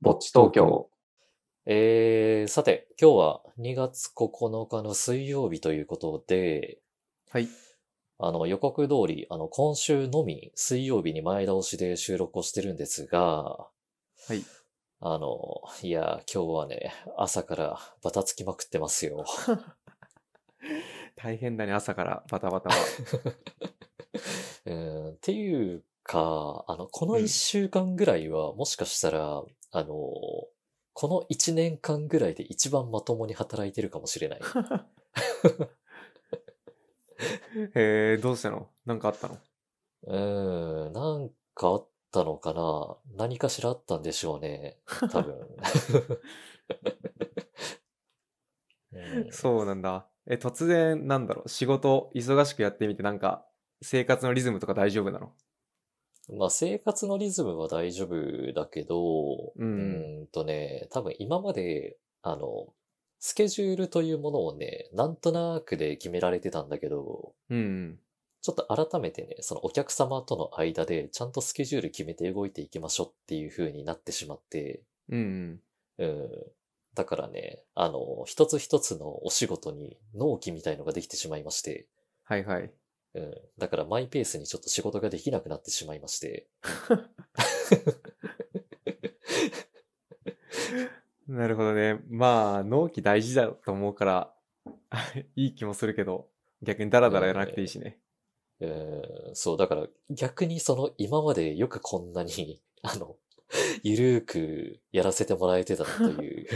ぼっち東京。えー、さて、今日は2月9日の水曜日ということで、はい。あの予告通り、あの今週のみ水曜日に前倒しで収録をしてるんですが、はい。あの、いや、今日はね、朝からバタつきまくってますよ。大変だね、朝からバタバタ は。うん、っていうか、あの、このうん1週間ぐらいは、もしかしたら、あの、この1年間ぐらいで一番まともに働いてるかもしれない。えー、どうしたのなんかあったのうーん、なんかあったのかな何かしらあったんでしょうね。多分。うんそうなんだ。え、突然、なんだろう、仕事忙しくやってみて、なんか、生活のリズムとか大丈夫なのまあ生活のリズムは大丈夫だけど、うんーんとね、多分今まで、あの、スケジュールというものをね、なんとなくで決められてたんだけど、うんうん。ちょっと改めてね、そのお客様との間でちゃんとスケジュール決めて動いていきましょうっていう風になってしまって、うんうん。うん。だからね、あの、一つ一つのお仕事に納期みたいのができてしまいまして、はいはい。うん。だからマイペースにちょっと仕事ができなくなってしまいまして、なるほどね。まあ、納期大事だと思うから、 いい気もするけど、逆にダラダラやらなくていいしね。うん。そう、だから逆にその今までよくこんなに、 あの、ゆるーくやらせてもらえてたなという。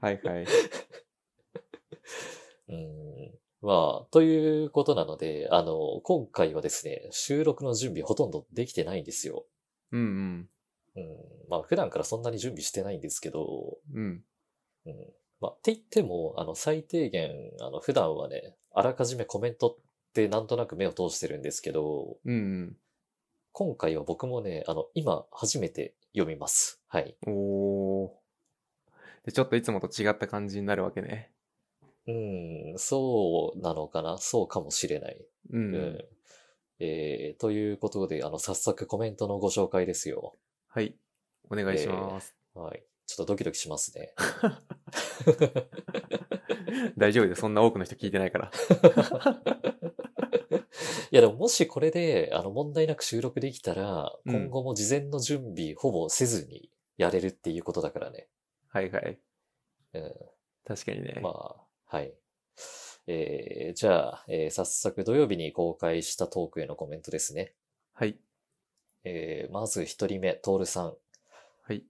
はいはい。うん。まあ、ということなので、あの、今回はですね、収録の準備ほとんどできてないんですよ。うんうん。うん。まあ、普段からそんなに準備してないんですけど、うん。うん。まあ、って言っても、あの、最低限、あの、普段はね、あらかじめコメントってなんとなく目を通してるんですけど、うん今回は僕もね、あの、今、初めて読みます。はい。うん。おー。で、ちょっといつもと違った感じになるわけね。うん、そうなのかなそうかもしれない。うんう。うんん。えー、ということで、あの、早速コメントのご紹介ですよ。はい。お願いします。はい。ちょっとドキドキしま すね。大丈夫です。そんな多くの人聞いてないから。いやでももしこれで、あの問題なく収録できたら、うん今後も事前の準備ほぼせずにやれるっていうことだからね。はいはい。う確かにね。ん。まあ、はい。えー、じゃあ、えー早速土曜日に公開したトークへのコメントですね。はい。えー、まず一人目、トールさん。はい。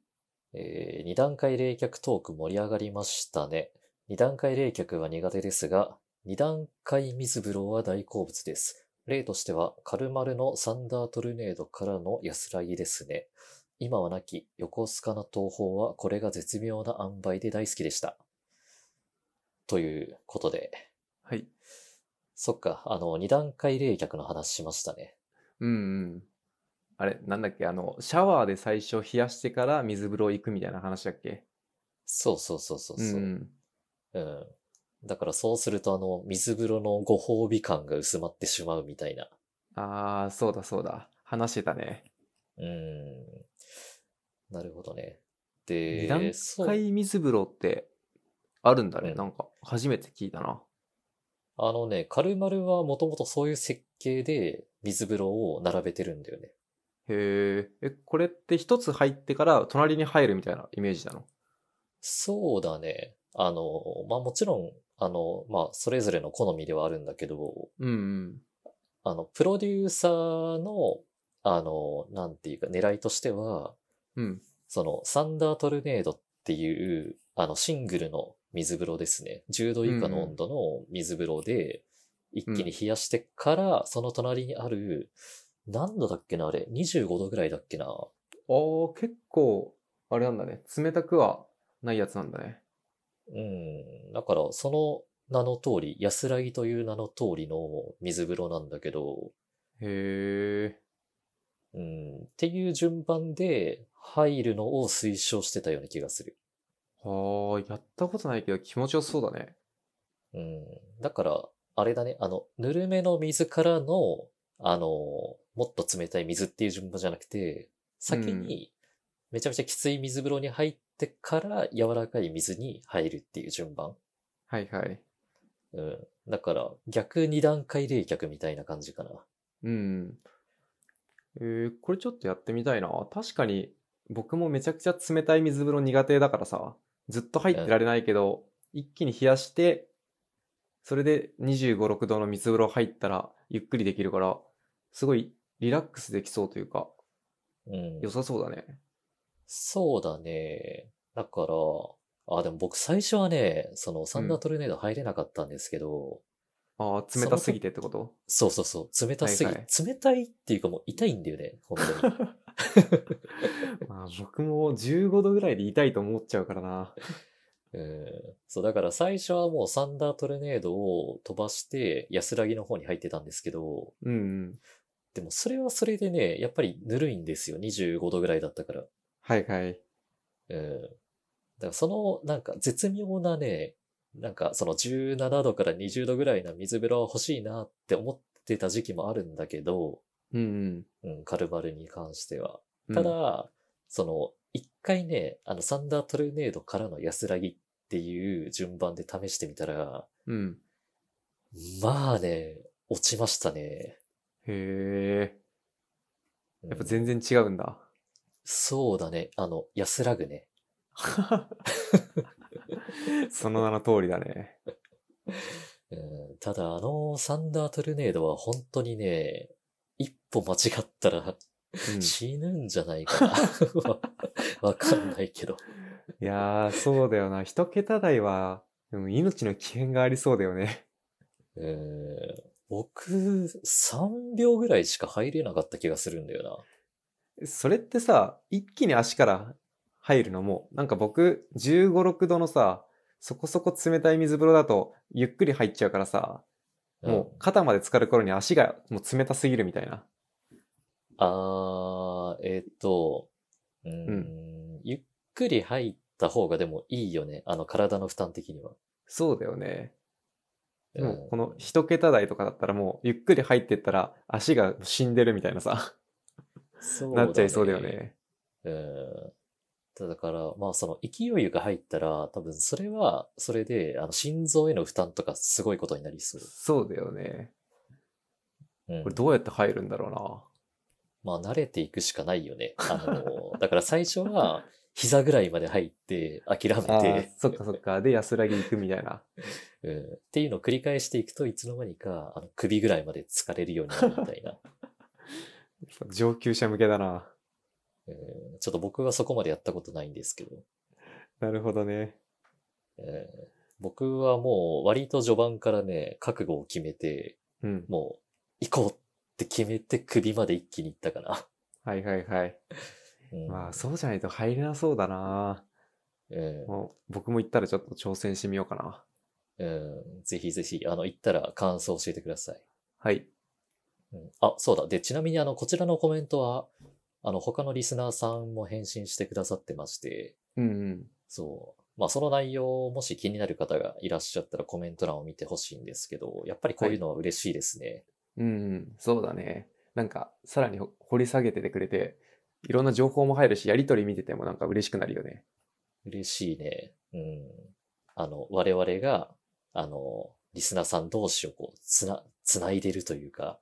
えー、二段階冷却トーク盛り上がりましたね。二段階冷却は苦手ですが、二段階水風呂は大好物です。例としては、カルマルのサンダートルネードからの安らぎですね。今はなき、横須賀の東方はこれが絶妙な塩梅で大好きでした。ということで、はい。そっか、あの、二段階冷却の話しましたね。うんうん。あれ、なんだっけ、あの、シャワーで最初冷やしてから水風呂行くみたいな話だっけそうそうそうそううんそうう。ん。うん。だからそうするとあの、水風呂のご褒美感が薄まってしまうみたいな。あー、そうだそうだ。話してたね。うん。なるほどね。で、二段そう階水風呂ってあるんだね。うんなんか、初めて聞いたな。あのね、カルマルはもともとそういう設計で水風呂を並べてるんだよね。へーえ、これって一つ入ってから隣に入るみたいなイメージなのそうだね。あの、まあ、もちろん、あの、まあ、それぞれの好みではあるんだけど、うんうん。あの、プロデューサーの、あの、なんていうか、狙いとしては、うん。そのサンダートルネードっていうあのシングルの水風呂ですね。10度以下の温度の水風呂で一気に冷やしてから、その隣にある何度だっけなあれ25度ぐらいだっけなあー、結構、あれなんだね。冷たくはないやつなんだね。うん。だからその名の通り、安らぎという名の通りの水風呂なんだけど、へえ。うん。っていう順番で入るのを推奨してたような気がする。はあ、やったことないけど気持ちよさそうだね。うん。だから、あれだね、あの、ぬるめの水からの、あの、もっと冷たい水っていう順番じゃなくて、先に、めちゃめちゃきつい水風呂に入ってから柔らかい水に入るっていう順番。はいはい。うん。だから、逆二段階冷却みたいな感じかな。うん。えーこれちょっとやってみたいな。確かに、僕もめちゃくちゃ冷たい水風呂苦手だからさ、ずっと入ってられないけど、一気に冷やして、それで25、6度の水風呂入ったら、ゆっくりできるから、すごいリラックスできそうというか、うん良。さそうだね。そうだね。だから、あ、でも僕最初はね、そのサンダートルネード入れなかったんですけど、ああ、冷たすぎてってことそうそうそう、冷たすぎ、はいは冷たいっていうかもう痛いんだよね、本当に。まあ僕も15度ぐらいで痛いと思っちゃうからな。うん。そう、だから最初はもうサンダートルネードを飛ばして安らぎの方に入ってたんですけど、うんうん。でもそれはそれでね、やっぱりぬるいんですよ、25度ぐらいだったから。はいはい。うん。だからその、なんか絶妙なね、なんかその17度から20度ぐらいな水風呂は欲しいなって思ってた時期もあるんだけど、うんうんうん、カルバルに関しては。うん。ただ、その、一回ね、あの、サンダートルネードからの安らぎっていう順番で試してみたら、うん。まあね、落ちましたね。へえ。やっぱうん全然違うんだ。そうだね。あの、安らぐね。その名の通りだね。うん、ただ、あの、サンダートルネードは本当にね、一歩間違ったらうん、い死ぬんじゃないかな。 わわかんないけど。やー、そうだよな。一桁台は、でも命の危険がありそうだよね。うん、僕、3秒ぐらいしか入れなかった気がするんだよな。それってさ、一気に足から入るのも、なんか僕、15、6度のさ、そこそこ冷たい水風呂だと、ゆっくり入っちゃうからさ、うんもう肩まで浸かる頃に足がもう冷たすぎるみたいな。あー、えーっと、うーん、ゆっくり入った方がでもいいよね。あの、体の負担的には。そうだよね。うんもうこの一桁台とかだったらもうゆっくり入ってったら足が死んでるみたいなさ、そうだなねっちゃいそうだよ。ね。うん。だから、まあ、その、勢いが入ったら、多分、それは、それで、あの、心臓への負担とか、すごいことになりそう。そうだよね。うんこれどうやって入るんだろまあ、慣れていくしかない よね。あの、だから最初は、膝ぐらいまで入って、諦うな。あめーて、そっかそっか。で、安らぎ行くみたいな。うん、っていうのを繰り返していくといつの間にかあの首ぐらいまで疲れるようになるみたいな、上級者向けだな。うんちょっと僕はそこまでやったことないんですけど、なるほどね。うん僕はもう割と序盤からね、覚悟を決めて、うん。もう行こうって決めて首まで一気に行ったかな。はいはいはい。うんまあ、そうじゃないと入れなそうだな。うんもう僕も行ったらちょっと挑戦してみようかな。うんぜひぜひ、あの、行ったら感想を教えてください。はい。うんあ、そうだ。で、ちなみにあの、こちらのコメントは、あの、他のリスナーさんも返信してくださってまして、うんうん。そう。まあ、その内容、もし気になる方がいらっしゃったらコメント欄を見てほしいんですけど、やっぱりこういうのは嬉しいですね。うんうん、そうだね。なんか、さらにほ掘り下げててくれて、いろんな情報も入るし、やりとり見ててもなんか嬉しくなるよね。嬉しいね。うん。あの、我々が、あの、リスナーさん同士をこう、つな、つないでるという か。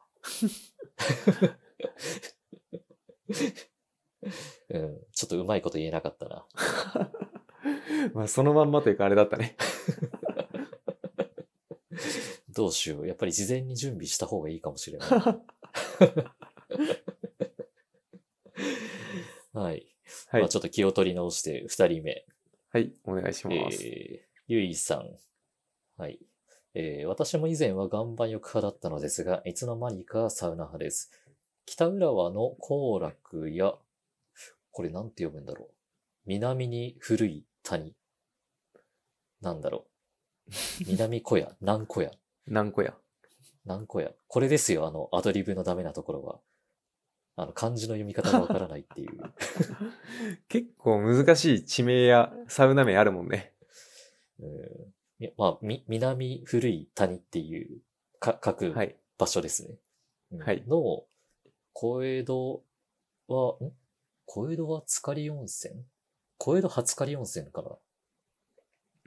うん、ちょっとうまいこと言えなかったな。 まあ、そのまんまというかあれだった ね。どうしよう。やっぱり事前に準備した方がいいかもし れない。はい。はいまあ、。ちょっと気を取り直して、二人目。はい、お願いします。えーゆいさん。はい。えー私も以前は岩盤浴派だったのですが、いつの間にかサウナ派です。北浦和の行楽や、これなんて読むんだろう。南に古い谷。なんだろ う。南小屋、南小屋、何個や。南小屋。これですよ、あの、アドリブのダメなところは。あの、漢字の読み方がわからないっ ていう。結構難しい地名やサウナ名あるもんね。うんいやまあ、み、南古い谷っていう、か、書くはい。場所ですね。うんはいの、小江戸は、ん小江戸はつかり温泉小江戸初狩り温泉かな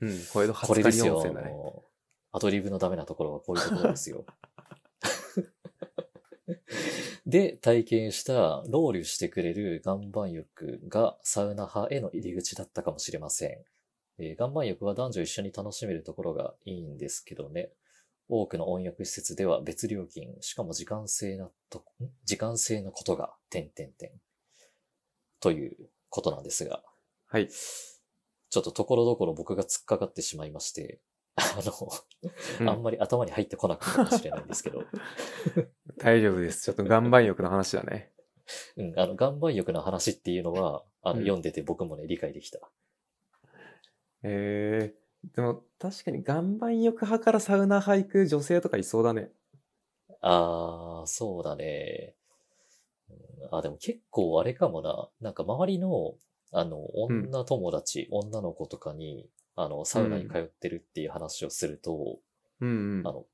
うん、小江戸こ初れで狩すり温よ。あ泉だね。のアドリブのダメなところはこういうところですよ。 で、体験した、ロウリュしてくれる岩盤浴がサウナ派への入り口だったかもしれません。えー岩盤浴は男女一緒に楽しめるところがいいんですけどね。多くの温浴施設では別料金、しかも時間制なと、ん時間制のことが、点点点。ということなんですが。はい。ちょっとところどころ僕が突っかかってしまいまして、 あの、うんあんまり頭に入ってこなかったかもしれないんです けど、大丈夫です。ちょっと岩盤浴の話だね。うん、あの、岩盤浴の話っていうのは、あの、うん読んでて僕もね、理解できた。えー、でも確かに岩盤浴派からサウナ派行く女性とかいそうだね。あー、そうだね。うんあ、でも結構あれかもな、なんか周りの、あの、ん女友達、女の子とかに、あの、サウナに通ってるっていう話をすると、うんうんあ。の、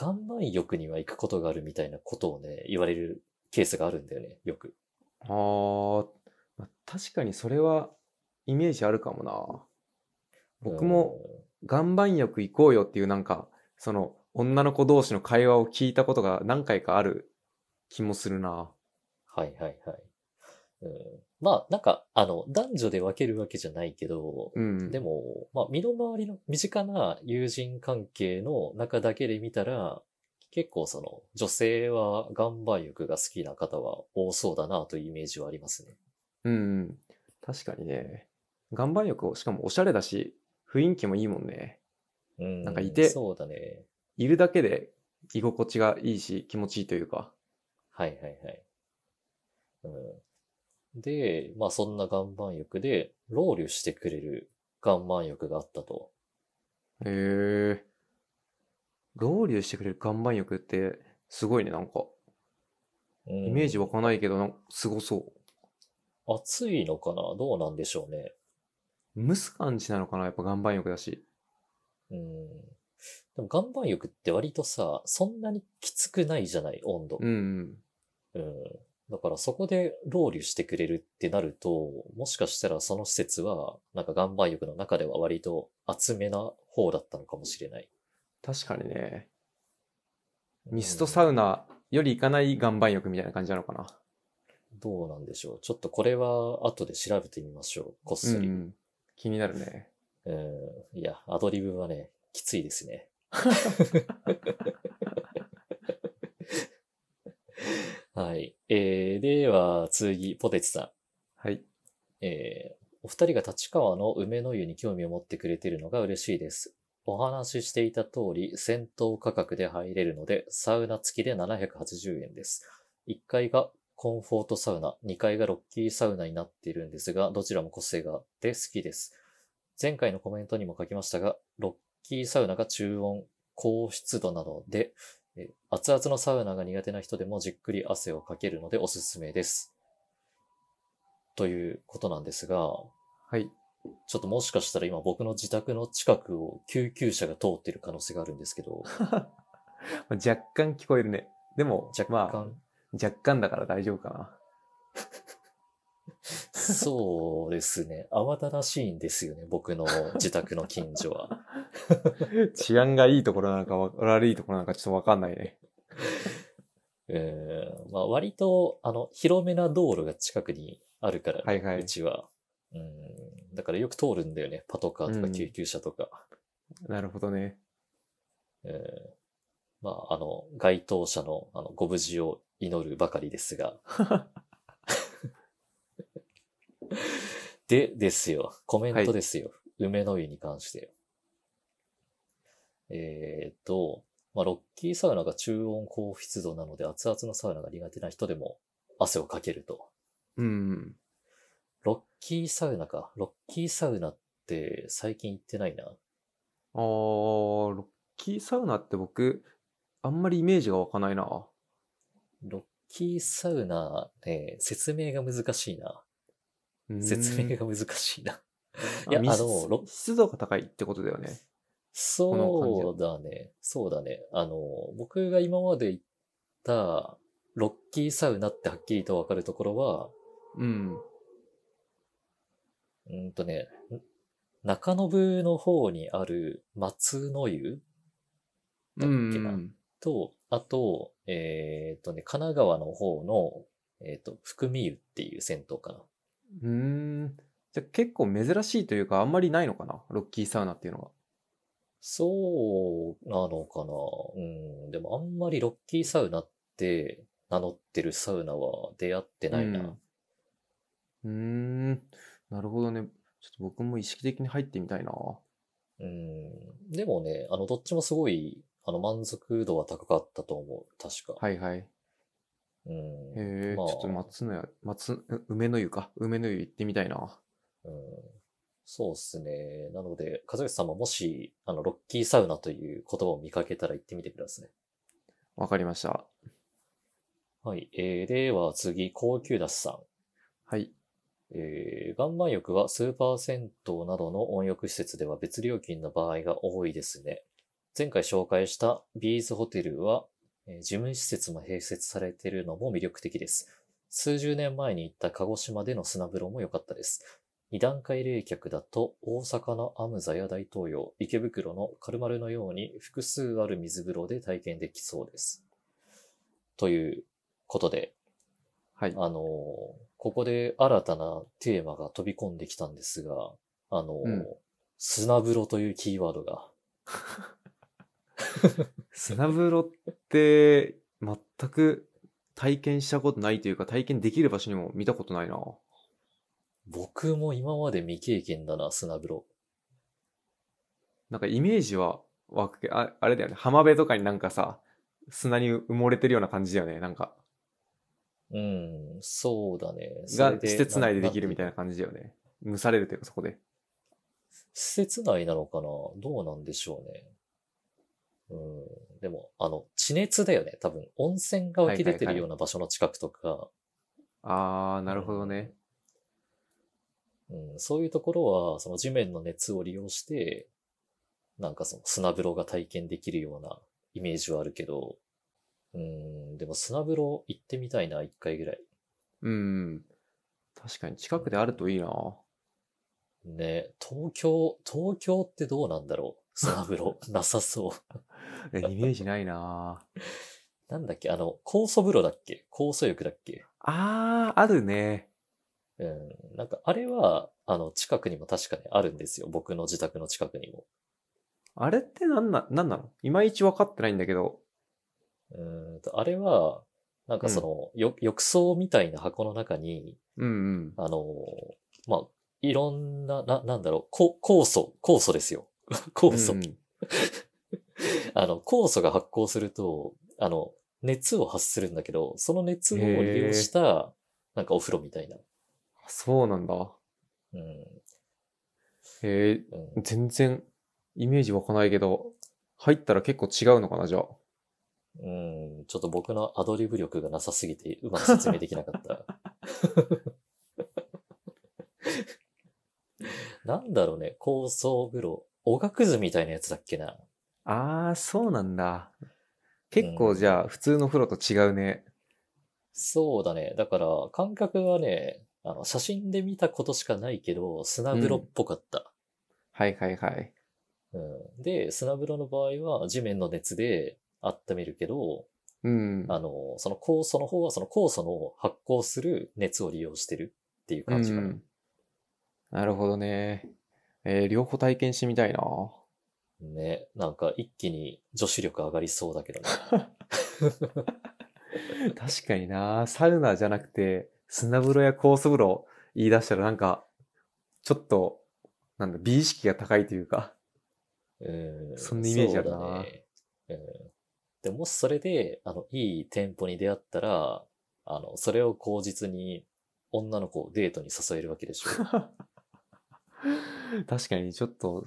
岩盤浴には行くことがあるみたいなことをね、言われるケースがあるんだよね、よく。あーまあ、確かにそれはイメージあるかもな。僕もうん岩盤浴行こうよっていうなんか、その女の子同士の会話を聞いたことが何回かある気もするな。はいはいはい。うん、まあなんかあの男女で分けるわけじゃないけど、うん。でも、まあ、身の回りの身近な友人関係の中だけで見たら結構その女性は岩盤浴が好きな方は多そうだなというイメージはありますね。うんうん。確かにね。岩盤浴を、しかもおしゃれだし、雰囲気もいいもんね。うん、なんかいてそうだね。いるだけで居心地がいいし、気持ちいいというか。はいはいはい。うん、で、まあそんな岩盤浴で、ロウリュしてくれる岩盤浴があったと。へえ。ロウリュしてくれる岩盤浴って、すごいね、なんか。イイメージ湧かないけど、なんかすごそ暑いのかなどうなんでしょうね。う。蒸す感じなのかなやっぱ岩盤浴だし。うん。でも岩盤浴って割とさ、そんなにきつくないじゃない、温度う。んうん。うん。だからそこでロウリュしてくれるってなると、もしかしたらその施設は、なんか岩盤浴の中では割と厚めな方だったのかもしれない。確かにね。ミストサウナ。ナより行かない岩盤浴みたいな感じなのかな。どうなんでしょう。ちょっとこれは後で調べてみましょう。こっうんそうり。ん。気になるね。うん。いや、アドリブはね、きついですね。はい。えー、では、次、ポテチさはい。ん。えー、お二人が立川の梅の湯に興味を持ってくれているのが嬉しいです。お話ししていた通り、先頭価格で入れるので、サウナ付きで780円です。1階がコンフォートサウナ、2階がロッキーサウナになっているんですが、どちらも個性があって好きです。前回のコメントにも書きましたが、ロッキーサウナが中温、高湿度なので、え熱々のサウナが苦手な人でもじっくり汗をかけるのでおすすめです。ということなんですが、はい。ちょっともしかしたら今僕の自宅の近くを救急車が通ってる可能性があるんです けど、若干聞こえるね。でも、若干、まあ、若干だから大丈夫かな。そうですね。慌ただしいんですよね、僕の自宅の近所 は。治安がいいところなのかわ悪いところなのかちょっとわかんないね。うんまあ、割と、あの、広めな道路が近くにあるから、。はいはいうちは。うん、だからよく通るんだよね。パトカーとうかん救急車とか。なるほどね。うんまあ、あの、該当者のあのご無事を祈るばかりですが。で、ですよ。コメントですよ。梅の湯に関して。えーっと、まあ、ロッキーサウナが中温高湿度なので熱々のサウナが苦手な人でも汗をかけると。うん。ロッキーサウナか。ロッキーサウナって最近行ってないな。あー、ロッキーサウナって僕、あんまりイメージが湧かないな。ロッキーサウナ、ね、説明が難しいな。うーん説明が難しいな。あいや、あ密室の、ロ湿度が高いってことだよね。そうだね。そうだね。あの、僕が今まで行った、ロッキーサウナってはっきりとわかるところは、うん。うーんとね、中野部の方にある松の湯だっけなうんと、あと、えっ、とね、神奈川の方の、えっ、と、福見湯っていう銭湯かな。うん。うーん。じゃあ結構珍しいというか、あんまりないのかなロッキーサウナっていうのが。そうなのかな。うん、でもあんまりロッキーサウナって名乗ってるサウナは出会ってないな。うーん。なるほどね。ちょっと僕も意識的に入ってみたいな。うん、でもね、あの、どっちもすごい、あの、満足度は高かったと思う。確か。はいはい。うん。えー、まあちょっと松のや、松、う梅の湯か。梅の湯行ってみたいな。うん、そうですね。なので、和義さんももし、あの、ロッキーサウナという言葉を見かけたら行ってみてください。わかりました。はい。えー、では次、高級だしさん。はい。えー、岩盤浴はスーパー銭湯などの温浴施設では別料金の場合が多いですね。前回紹介したビーズホテルは、えー事務施設も併設されているのも魅力的です。数十年前に行った鹿児島での砂風呂も良かったです。二段階冷却だと大阪のアムザや大東洋、池袋のカルマルのように複数ある水風呂で体験できそうです。ということで、はい。あのー、ここで新たなテーマが飛び込んできたんですが、あのー、うん砂風呂というキーワードが。砂風呂って、全く体験したことないというか、体験できる場所にも見たことないな。 僕も今まで未経験だな、砂風呂。なんかイメージは湧くけあ、あれだよね。浜辺とかになんかさ、砂に埋もれてるような感じだよね。なんか、うん、そうだね。そがれで施設内でできるみたいなな感じだよね。蒸されるというか、そこで。ん施設内なのかなどうなんでしょうね。うん、でも、あの、地熱だよね。多分、温泉が湧き出はいはていはるいような場所の近くとか、あー、なるほどね。うん、そういうところは、その地面の熱を利用して、なんかその砂風呂が体験できるようなイメージはあるけど、うん、でも砂風呂行ってみたいな、一回ぐらい。うん。確かに近くであるといいな。ね、東京、東京ってどうなんだろう砂風呂、なさそえイメージないな。う。なんだっけあの、酵素風呂だっけ酵素浴だっけあー、あるね。うん、なんかあれは、あの、近くにも確かにあるんですよ。僕の自宅の近くにも。あれってなんな、なんなのいまいち分かってないんだけど。うーんと、あれは、なんかその、よ浴槽みたいな箱の中に、うんうん。あのーまあ、いろんな、な、なんだろう、こ酵素、酵素ですよ。 酵素、うんうんあの、酵素が発酵すると、あの、熱を発するんだけど、その熱をへー利用した、なんかお風呂みたいな。そうなんだ。うん。へうえ、ん、全然イメージ湧かないけど、入ったら結構違うのかな、じゃあ。うん。ちょっと僕のアドリブ力がなさすぎて、うまく説明できなか った。なんだろうね、酵素風呂。おがくずみたいなやつだっけな。あー、そうなんだ。結構じゃあ、普通の風呂と違うね。そうだね。だから、感覚はね、あの、写真で見たことしかないけど、砂風呂っぽかった。はいはいはい。うん。で、砂風呂の場合は、地面の熱で温めるけど、うん。あの、その酵素の方は、その酵素の発酵する熱を利用してるっていう感じかうな。んなるほどね。えー両方体験してみたいな。 ね。なんか、一気に女子力上がりそうだけどね。確かにな。サウナじゃなくて、砂風呂や酵素風呂言い出したらなんか、ちょっと、なんだ、美意識が高いというか。 うん。そんなイメージあるなそうだね。うん。でもしそれで、あの、いい店舗に出会ったら、あの、それを口実に、女の子をデートに誘えるわけでし ょ。確かに、ちょっと、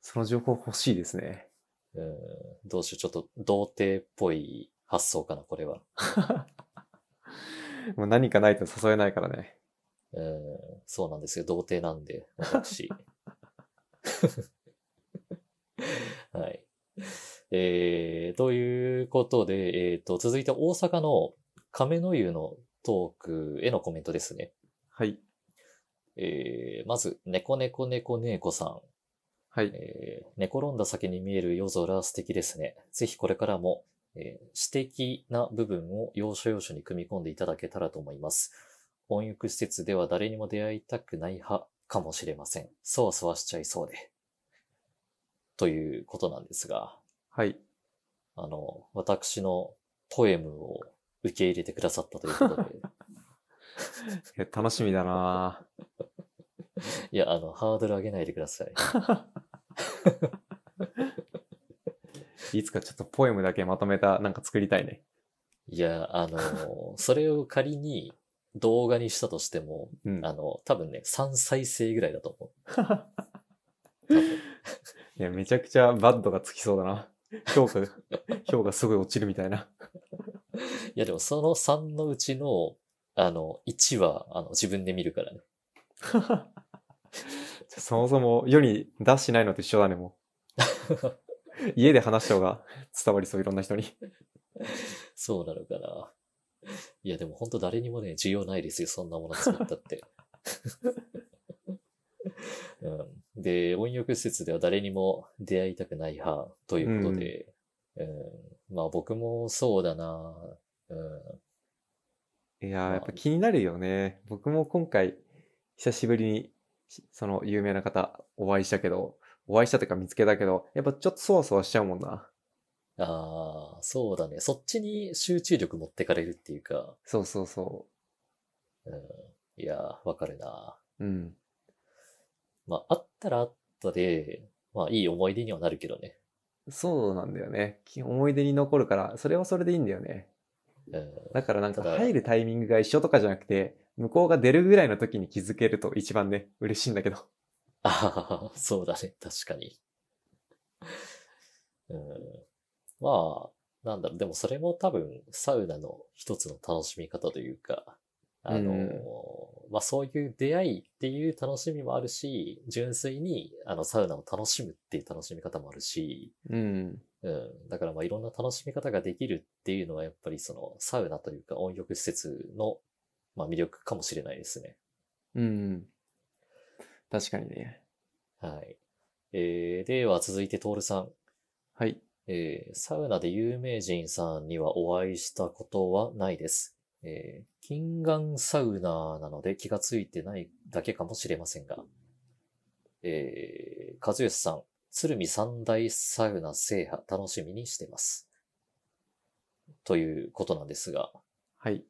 その情報欲しいですね。うん。どうしよう、ちょっと、童貞っぽい発想かな、これは。もう何かないと誘えないからね。うん。そうなんですよ、童貞なんで、 私。 はい。えー、ということで、えっ、と、続いて大阪の亀の湯のトークへのコメントですね。はい。えーまず、猫猫猫猫さん。はい。えー寝転んだ先に見える夜空素敵ですね。ぜひこれからも、えー、私的な部分を要所要所に組み込んでいただけたらと思います。温浴施設では誰にも出会いたくない派かもしれません。そわそわしちゃいそうで。ということなんですが、はい。あの、私のポエムを受け入れてくださったということで、え楽しみだないや、あの、ハードル上げないでください。いつかちょっとポエムだけまとめたなんか作りたいね。いや、あの、それを仮に動画にしたとしても、うん。あの、多分ね、3再生ぐらいだと思いや、めちゃくちゃバッドがつきそうだな。評価、 評価すごい落ちるみたいな。 う。いや、でもその3のうちの、あの、1は、あの、自分で見るからね。そもそも世に出してないのと一緒だね、もう。家で話した方が伝わりそう、いろんな人に。そうなのかな。いや、でも本当誰にもね、需要ないですよ、そんなもの作ったって。うん、で、温浴施設では誰にも出会いたくない派ということで、うんまあ僕もそうだな、うん、いやー、やっぱ気になるよね。僕も今回、久しぶりに、しその有名な方、お会いしたけど、お会いしたというか見つけたけど、やっぱちょっとそわそわしちゃうもんな。ああ、そうだね。そっちに集中力持ってかれるっていうか、そうそうそうん、いや、わかるな。う。うん。まあ、あったらあったで、まあ、いい思い出にはなるけどね。そうなんだよね。き思い出に残るから、それはそれでいいんだよね。うん、 だからなんかただ入るタイミングが一緒とかじゃなくて、向こうが出るぐらいの時に気づけると一番ね、嬉しいんだけど。あははは、そうだね。確かに。うん、まあ、なんだろう。でもそれも多分、サウナの一つの楽しみ方というか、あのーうんまあそういう出会いっていう楽しみもあるし、純粋にあのサウナを楽しむっていう楽しみ方もあるし、うん。うん。だからまあいろんな楽しみ方ができるっていうのはやっぱりそのサウナというか温浴施設のまあ魅力かもしれないですね。うん。確かにね。はい。えー、では続いてトールさん。はい。えー、サウナで有名人さんにはお会いしたことはないです。えー、近眼サウナーなので気がついてないだけかもしれませんが。えー、和義さん、鶴見三大サウナ制覇楽しみにしてます。ということなんですが。はい。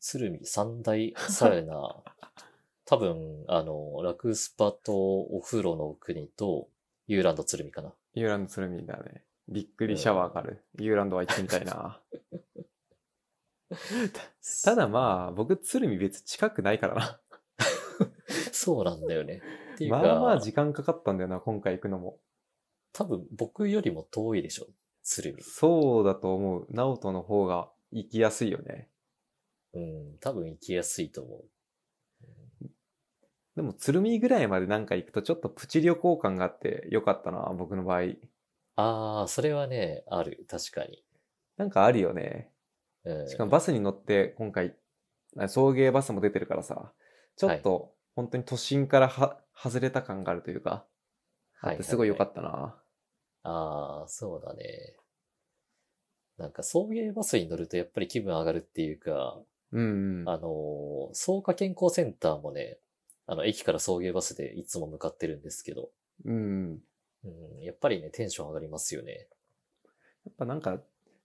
鶴見三大サウナ、 多分、あの、ラクスパとお風呂の国と、ユーランド鶴見かな。ユーランド鶴見だね。びっくりシャワーがある。ユーランドは行ってみたい な。ただまあ、僕、鶴見別に近くないからな。そうなんだよね。っていうか、まあまあ時間かかったんだよな、今回行くのも。多分僕よりも遠いでしょ、鶴見。そうだと思う。ナオトの方が行きやすいよね。うん、多分行きやすいと思でも、鶴見ぐらいまでなんか行くと、ちょっとプチ旅行感があってよかったな、僕の場合。う。ああ、それはね、ある。確かに。なんかあるよね。うん、しかもバスに乗って、今回、あ送迎バスも出てるからさ、ちょっと、本当に都心からは、外れた感があるというか、はあいってすごい良かた。ったな。ああ、そうだね。なんか送迎バスに乗るとやっぱり気分上がるっていうか、うん、うん。あのー、草加健康センターもね、あの、駅から送迎バスでいつも向かってるんですけど、うん。うん、やっぱりね、テンション上がりますよね。やっぱなんか、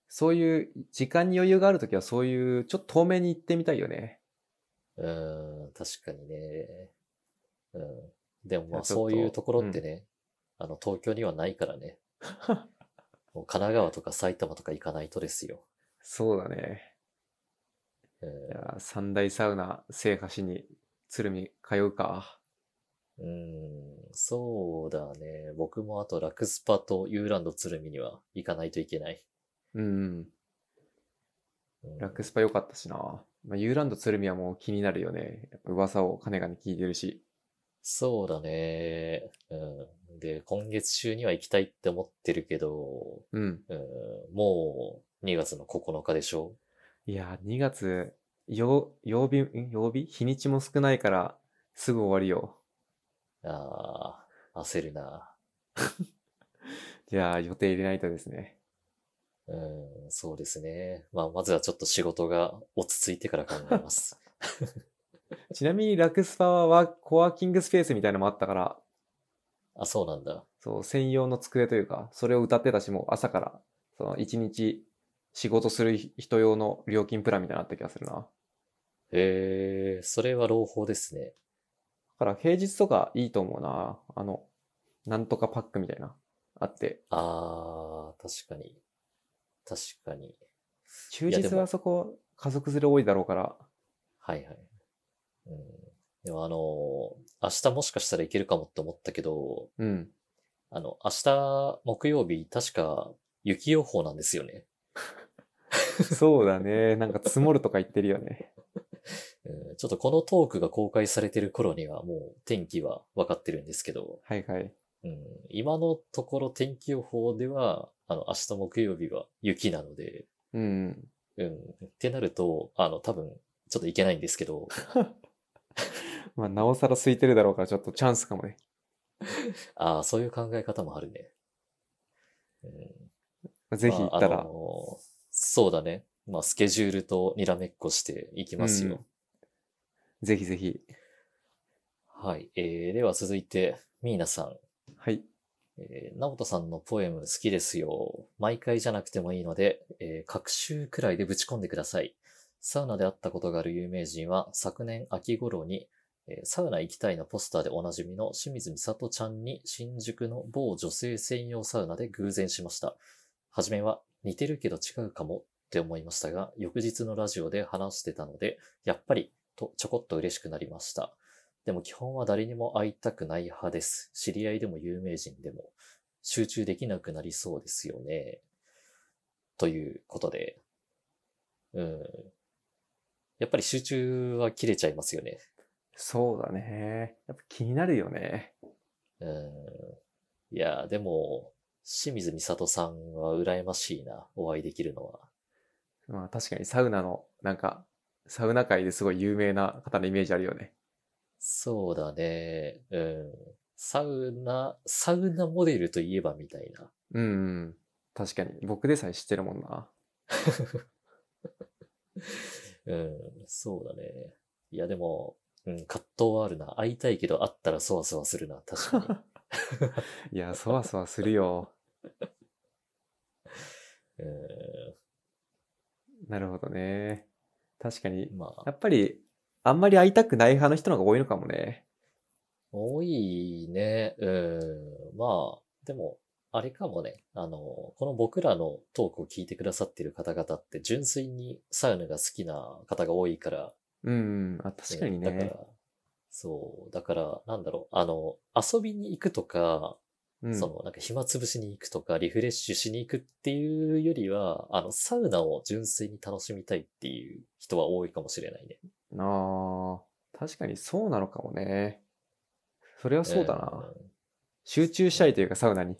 そういう、時間に余裕があるときは、そういう、ちょっと遠目に行ってみたいよね。うん、確かにね。うん。でもまいあ、やちょそっとういうところってね、あの、東京にはないか らね。もう神奈川とか埼玉とか行かないとですよ。そうだね。うんいやー三大サウナ制覇しに、鶴見通うか。うん、そうだね。僕もあと、ラクスパとユーランド鶴見には行かないといけない。うんうん。うんラックスパ良かったしな。まあ、ユーランド鶴見はもう気になるよね。やっぱ噂をかねがね聞いてるし。そうだね。うん。で、今月中には行きたいって思ってるけど、うん。うん、もう2月の9日でしょいやー、2月、曜、曜日、ん曜日日にちも少ないから、すぐ終わりよ。ああ、焦るな。じゃあ、予定入れないとですね。うん、そうですね。まあ、まずはちょっと仕事が落ち着いてから考えます。ちなみに、ラクスパはワーコワーキングスペースみたいなのもあったから、あ、そうなんだ。そう、専用の机というか、それを歌ってたし、もう朝から、その一日仕事する人用の料金プランみたいなのあった気がするな。だへえ、それは朗報ですね。から平日とかいいと思うな。あの、なんとかパックみたいな、あって。ああ、確かに。確かに。休いやで日もはそこ、家族連れ多いだろうから。はいはい。うん、でもあのー明日もしかしたらいけるかもって思ったけど、うん。あの、明日木曜日、確か雪予報なんですよね。そうだ ね。なんか積もるとか言ってるよね。うん、ちょっとこのトークが公開されてる頃にはもう天気は分かってるんですけど、はいはい。うん、今のところ天気予報では、あの、明日木曜日は雪なので、うん。うん、ってなると、あの、多分、ちょっといけないんですけど、まあ、なおさら空いてるだろうから、ちょっとチャンスかもね。ああ、そういう考え方もあるね。うんまあぜひ行ったまあら。あのーそうだね。まあ、スケジュールとにらめっこしていきますよ。ぜひぜひ。はい。えー、では続いて、ミーナさん。はい。えー、直人さんのポエム好きですよ。毎回じゃなくてもいいので、えー、各週くらいでぶち込んでください。サウナで会ったことがある有名人は、昨年秋頃に、えーサウナ行きたいのポスターでおなじみの清水美里ちゃんに新宿の某女性専用サウナで偶然しました。はじめは似てるけど違うかもって思いましたが、翌日のラジオで話してたので、やっぱりとちょこっと嬉しくなりました。でも基本は誰にも会いたくない派です。知り合いでも有名人でも集中できなくなりそうですよね。ということで。うん。やっぱり集中は切れちゃいますよね。そうだね。やっぱ気になるよね。うん。いやー、でも、清水美里さんは羨ましいな。お会いできるのは。まあ確かにサウナの、なんか、サウナ界ですごい有名な方のイメージあるよね。そうだね。うん。サウナ、サウナモデルといえばみたいな。うん、うん。確かに。僕でさえ知ってるもんな。うん、そうだね。いや、でも、うん、葛藤はあるな。会いたいけど会ったらそわそわするな。確かに。いや、そわそわするよ。 うなるほどね。確かにん、。まやあ、っぱり、あんまり会いたくない派の人の方が多いのかもね。多いね。うん、まあ、でも、あれかもね。あの、この僕らのトークを聞いてくださってる方々って、純粋にサウナが好きな方が多いから、うん、うん。あ、確かにだからね。、そう、だから、なんだろう、あの、遊びに行くとか、うん。その、なんか暇つぶしに行くとか、リフレッシュしに行くっていうよりは、あの、サウナを純粋に楽しみたいっていう人は多いかもしれないね。ああ、確かにそうなのかもね。それはそうだな。ん 集中したいというか、サウナに。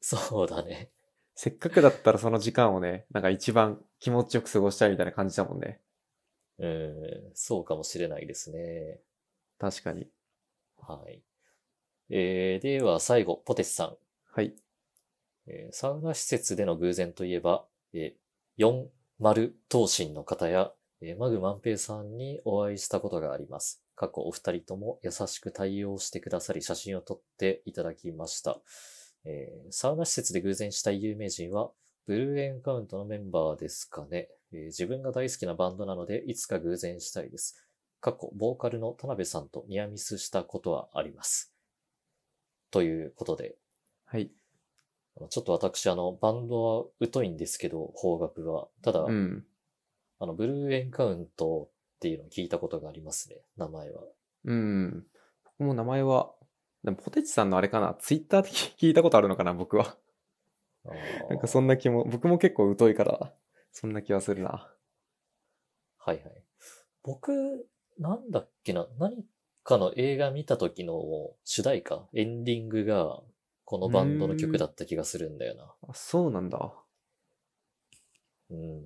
そうだね。せっかくだったらその時間をね、なんか一番気持ちよく過ごしたいみたいな感じだもんね。うん、そうかもしれないですね。確かに。はい。えー、では最後、ポテスさん。はい。えーサウナ施設での偶然といえば、えー、4丸等身の方や、えーマグ万平さんにお会いしたことがあります。過去お二人とも優しく対応してくださり、写真を撮っていただきました。えーサウナ施設で偶然した有名人は、ブルーエンカウントのメンバーですかね、えー自分が大好きなバンドなので、いつか偶然したいです。過去、ボーカルの田辺さんとニアミスしたことはあります。ということで、はい。あのちょっと私、あの、バンドは疎いんですけど、方角は。ただ、うん。あの、ブルーエンカウントっていうのを聞いたことがありますね、名前は。うん。僕も名前は、でもポテチさんのあれかな、ツイッターで聞いたことあるのかな、僕は。あーなんかそんな気も、僕も結構疎いから、そんな気はするな。はいはい。僕、なんだっけな、何かの映画見た時の主題歌、エンディングが、このバンドの曲だった気がするんだよな。あ、そうなんだ。うん。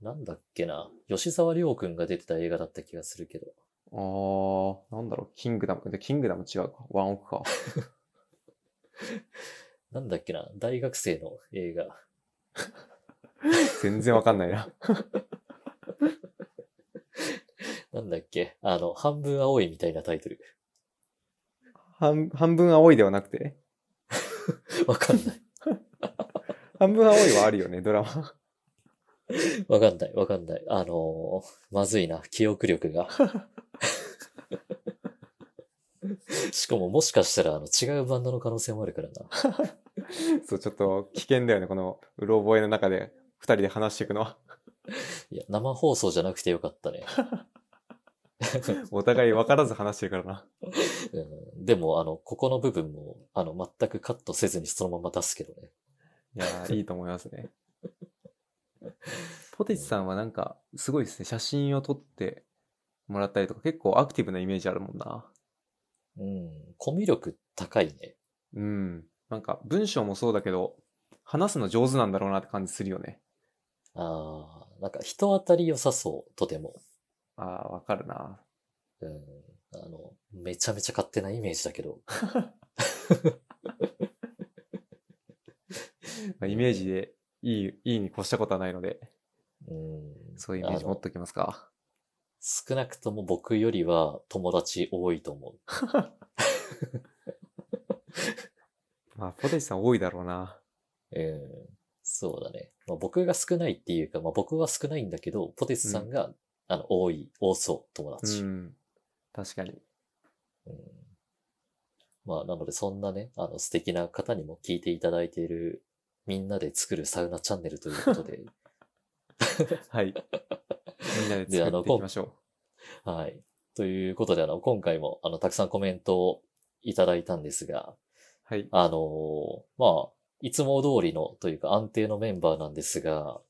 なんだっけな、吉沢亮くんが出てた映画だった気がするけど。あー、なんだろう、キングダム。でキングダム違うか。ワンオクか。なんだっけな、大学生の映画。全然わかんないな。 なんだっけ、あの、半分青いみたいなタイトル。半半分青いではなくて わかんない。半分青いはあるよね、ドラマ。 わかんない。わかんない。あのーまずいな。記憶 力が。しかももしかしたらあの違うバンドの可能性もあるからな。そう、ちょっと危険だよね、この、うろ覚えの中で、二人で話していくのは。 いや、生放送じゃなくてよかったね。お互い分からず話してるからな。うん、でも、あの、ここの部分も、あの、全くカットせずにそのまま出すけどね。いや ー、いいと思いますね。ポテチさんはなんか、すごいですね。写真を撮ってもらったりとか、結構アクティブなイメージあるもんな。うん、コミュ力高いね。うん。なんか、文章もそうだけど、話すの上手なんだろうなって感じするよね。ああ、なんか人当たり良さそう、とても。ああ、わかるな。うん、あの、めちゃめちゃ勝手なイメージだけど。まあイメージで、いい、いいに越したことはないので、うん、そういうイメージ持っときますか。少なくとも僕よりは友達多いと思 う。まあ、ポテチさん多いだろうな。うん、そうだね。まあ、僕が少ないっていうか、まあ、僕は少ないんだけど、ポテスさんが、あの、多い、多そう、友う達。ん。確かに。うんまあ、なので、そんなね、あの、素敵な方にも聞いていただいている、みんなで作るサウナチャンネルということ で、はい。みんなでであ作のっていきましょはい。ということで、あの、今回も、あの、たくさんコメントをいただいたんですが、う。はい。あのーまあ、いつも通りのというか安定のメンバーなんですが、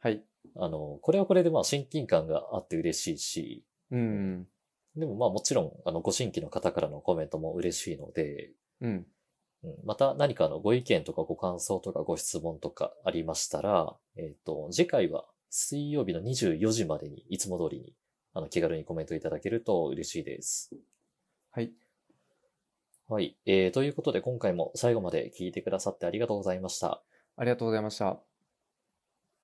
はい。あのーこれはこれでまあ親近感があって嬉しいし、うん。でもまあもちろん、あの、ご新規の方からのコメントも嬉しいので、うん。うんまた何かあのご意見とかご感想とかご質問とかありましたら、えっ、と、次回は水曜日の24時までに、いつも通りに、あの、気軽にコメントいただけると嬉しいです。はい。はい。えー、ということで今回も最後まで聞いてくださってありがとうございました。ありがとうございました。